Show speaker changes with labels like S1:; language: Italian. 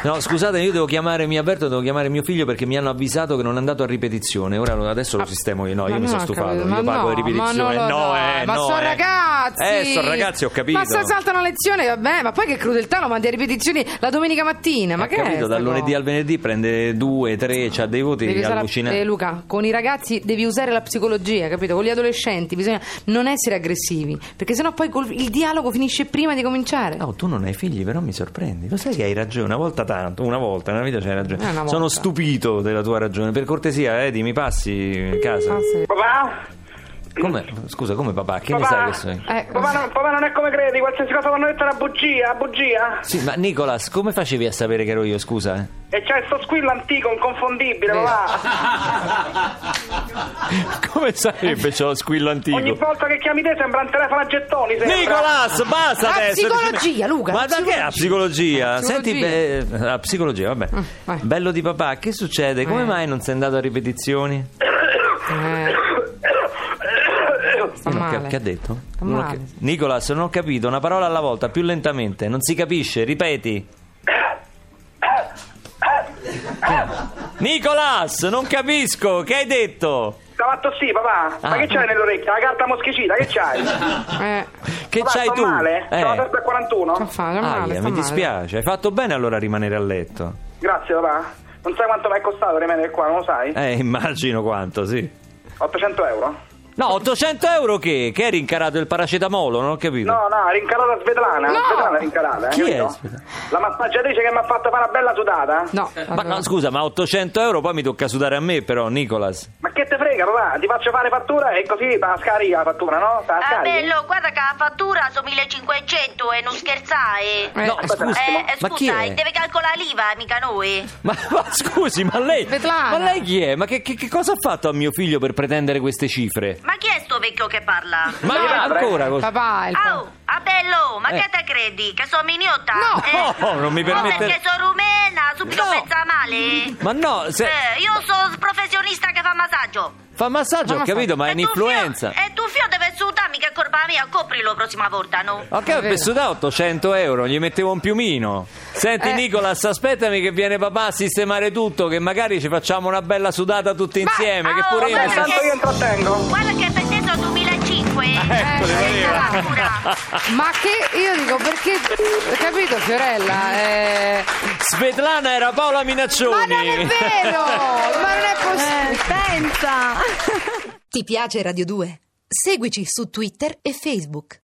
S1: No, scusate, io devo chiamare, mi avverto, devo chiamare mio figlio perché mi hanno avvisato che non è andato a ripetizione. Ora lo- adesso lo sistemo io. No, io
S2: Ah, Ma
S1: mi
S2: no,
S1: sono stufato.
S2: capito,
S1: io
S2: ma
S1: pago
S2: no,
S1: le ripetizioni.
S2: ma non lo
S1: no,
S2: dai,
S1: eh,
S2: ma
S1: no,
S2: sono
S1: eh.
S2: ragazzi!
S1: Eh, sono ragazzi, ho capito.
S2: Ma se saltano lezioni, vabbè, ma poi che crudeltà lo mandi a ripetizioni la domenica mattina, ma
S1: Ho
S2: che
S1: Eh, capito,
S2: è?
S1: dal lunedì al venerdì prende due, tre, c'ha dei voti
S2: Devi usare la, eh,
S1: allucinanti.
S2: Luca, con i ragazzi devi usare la psicologia, capito? Con gli adolescenti bisogna non essere aggressivi, perché sennò poi col- il dialogo finisce prima di cominciare. Oh,
S1: No, tu non hai figli, però mi sorprendi. Lo sai che hai ragione, una volta tanto, una volta nella vita c'hai ragione.
S2: Eh, una volta.
S1: Sono stupito della tua ragione. Per cortesia, Edi, mi passi in casa.
S2: Ah, sì.
S3: Papà?
S1: Come, scusa, come papà? Che ne
S3: Papà?
S1: sai che sei?
S2: Eh,
S3: Papà, non, papà, non è come credi, qualsiasi cosa mi hanno detto è una bugia, una bugia.
S1: Sì, ma Nicolas, come facevi a sapere che ero io, scusa? eh?
S3: E c'è sto squillo antico, inconfondibile,
S2: Vero.
S3: papà.
S1: Come sarebbe ciò squillo
S3: Ogni
S1: antico?
S3: volta che chiami te sembra un telefono a gettoni, sembra.
S1: Nicolas, basta
S2: La
S1: adesso!
S2: psicologia, Luca,
S1: Ma
S2: la
S1: da che è la psicologia?
S2: psicologia. Mm,
S1: Senti, beh, la psicologia, vabbè.
S2: vai.
S1: Bello di papà, che succede? Come
S2: Eh.
S1: mai non sei andato a ripetizioni?
S2: eh, sta
S1: Non ho cap-
S2: male.
S1: Eh, Che ha detto?
S2: Sta
S1: Non ho
S2: male.
S1: cap- Nicolas, non ho capito, una parola alla volta, più lentamente, non si capisce, ripeti. Nicolas, non capisco, che hai detto?
S3: Stava a tossì, papà. Ma
S1: Ah.
S3: che c'hai nell'orecchia? La carta moschicida, che c'hai?
S2: Eh,
S1: Che
S3: Papà,
S1: c'hai
S3: sto
S1: tu?
S3: male?
S1: Eh.
S3: Sono a testa a 41?
S2: sta fa- sta
S1: Aia,
S2: male, sta
S1: mi
S2: male.
S1: dispiace, hai fatto bene allora a rimanere a letto.
S3: Grazie, papà. Non sai quanto mi è costato rimanere qua, non lo sai?
S1: Eh, immagino quanto, sì.
S3: 800 euro?
S1: No, 800 euro che? Che hai rincarato il paracetamolo, non ho capito.
S3: No, no, rincarata Svetlana.
S2: No!
S3: Svetlana rincarata, eh.
S1: Chi è
S3: capito?
S1: Svetlana?
S3: La massaggiatrice che mi ha fatto fare una bella sudata.
S2: No,
S1: Ma
S2: allora.
S1: no, scusa, ma 800 euro poi mi tocca sudare a me però, Nicolas.
S3: Ma che te frega, papà? Ti faccio fare fattura e così te la scarichi la fattura, no? Te la
S4: Ah,
S3: scarichi?
S4: bello, guarda che la fattura sono 1500 e non scherzare.
S2: Eh,
S1: No,
S2: aspetta
S1: scusa,
S4: Eh, eh,
S1: ma chi
S4: scusa,
S1: è?
S4: deve calcolare l'IVA, eh, mica noi.
S1: Ma, ma scusi, ma lei,
S2: Svetlana.
S1: ma lei chi è? Ma che, che- che cosa ha fatto a mio figlio per pretendere queste cifre?
S4: Ma chi è sto vecchio che parla?
S1: Ma
S3: No,
S1: ancora così?
S2: Papà, è il
S4: Au, ah bello, ma
S1: Eh.
S4: che te credi? Che sono miniota?
S1: No, non mi permette-
S4: Oh, perché sono rumena, subito
S1: No.
S4: pensa male.
S1: Ma no, se-
S4: Eh, io sono professionista che fa massaggio.
S1: fa massaggio, ho
S2: Ma-
S1: capito, ma è
S4: E tu,
S1: un'influenza.
S4: fio- E tu fio deve sudare, mica è colpa mia, coprilo prossima volta, no?
S1: Ok, per sudare 800 euro, gli mettevo un piumino. Senti
S2: Eh.
S1: Nicolas, aspettami che viene papà a sistemare tutto, che magari ci facciamo una bella sudata tutti insieme, che
S4: ah,
S1: pure io
S4: ma
S1: mi sento...
S3: Tanto io intrattengo.
S4: Guarda che per te sono 2005.
S1: Ah,
S2: Ecco,
S4: Eh,
S2: voleva.
S4: senza paura.
S2: Ma che io dico perché capito Fiorella? Eh,
S1: Svetlana era Paola Minaccioni.
S2: Ma non è vero! Ma non è possibile!
S5: Ti piace Radio 2? Seguici su Twitter e Facebook.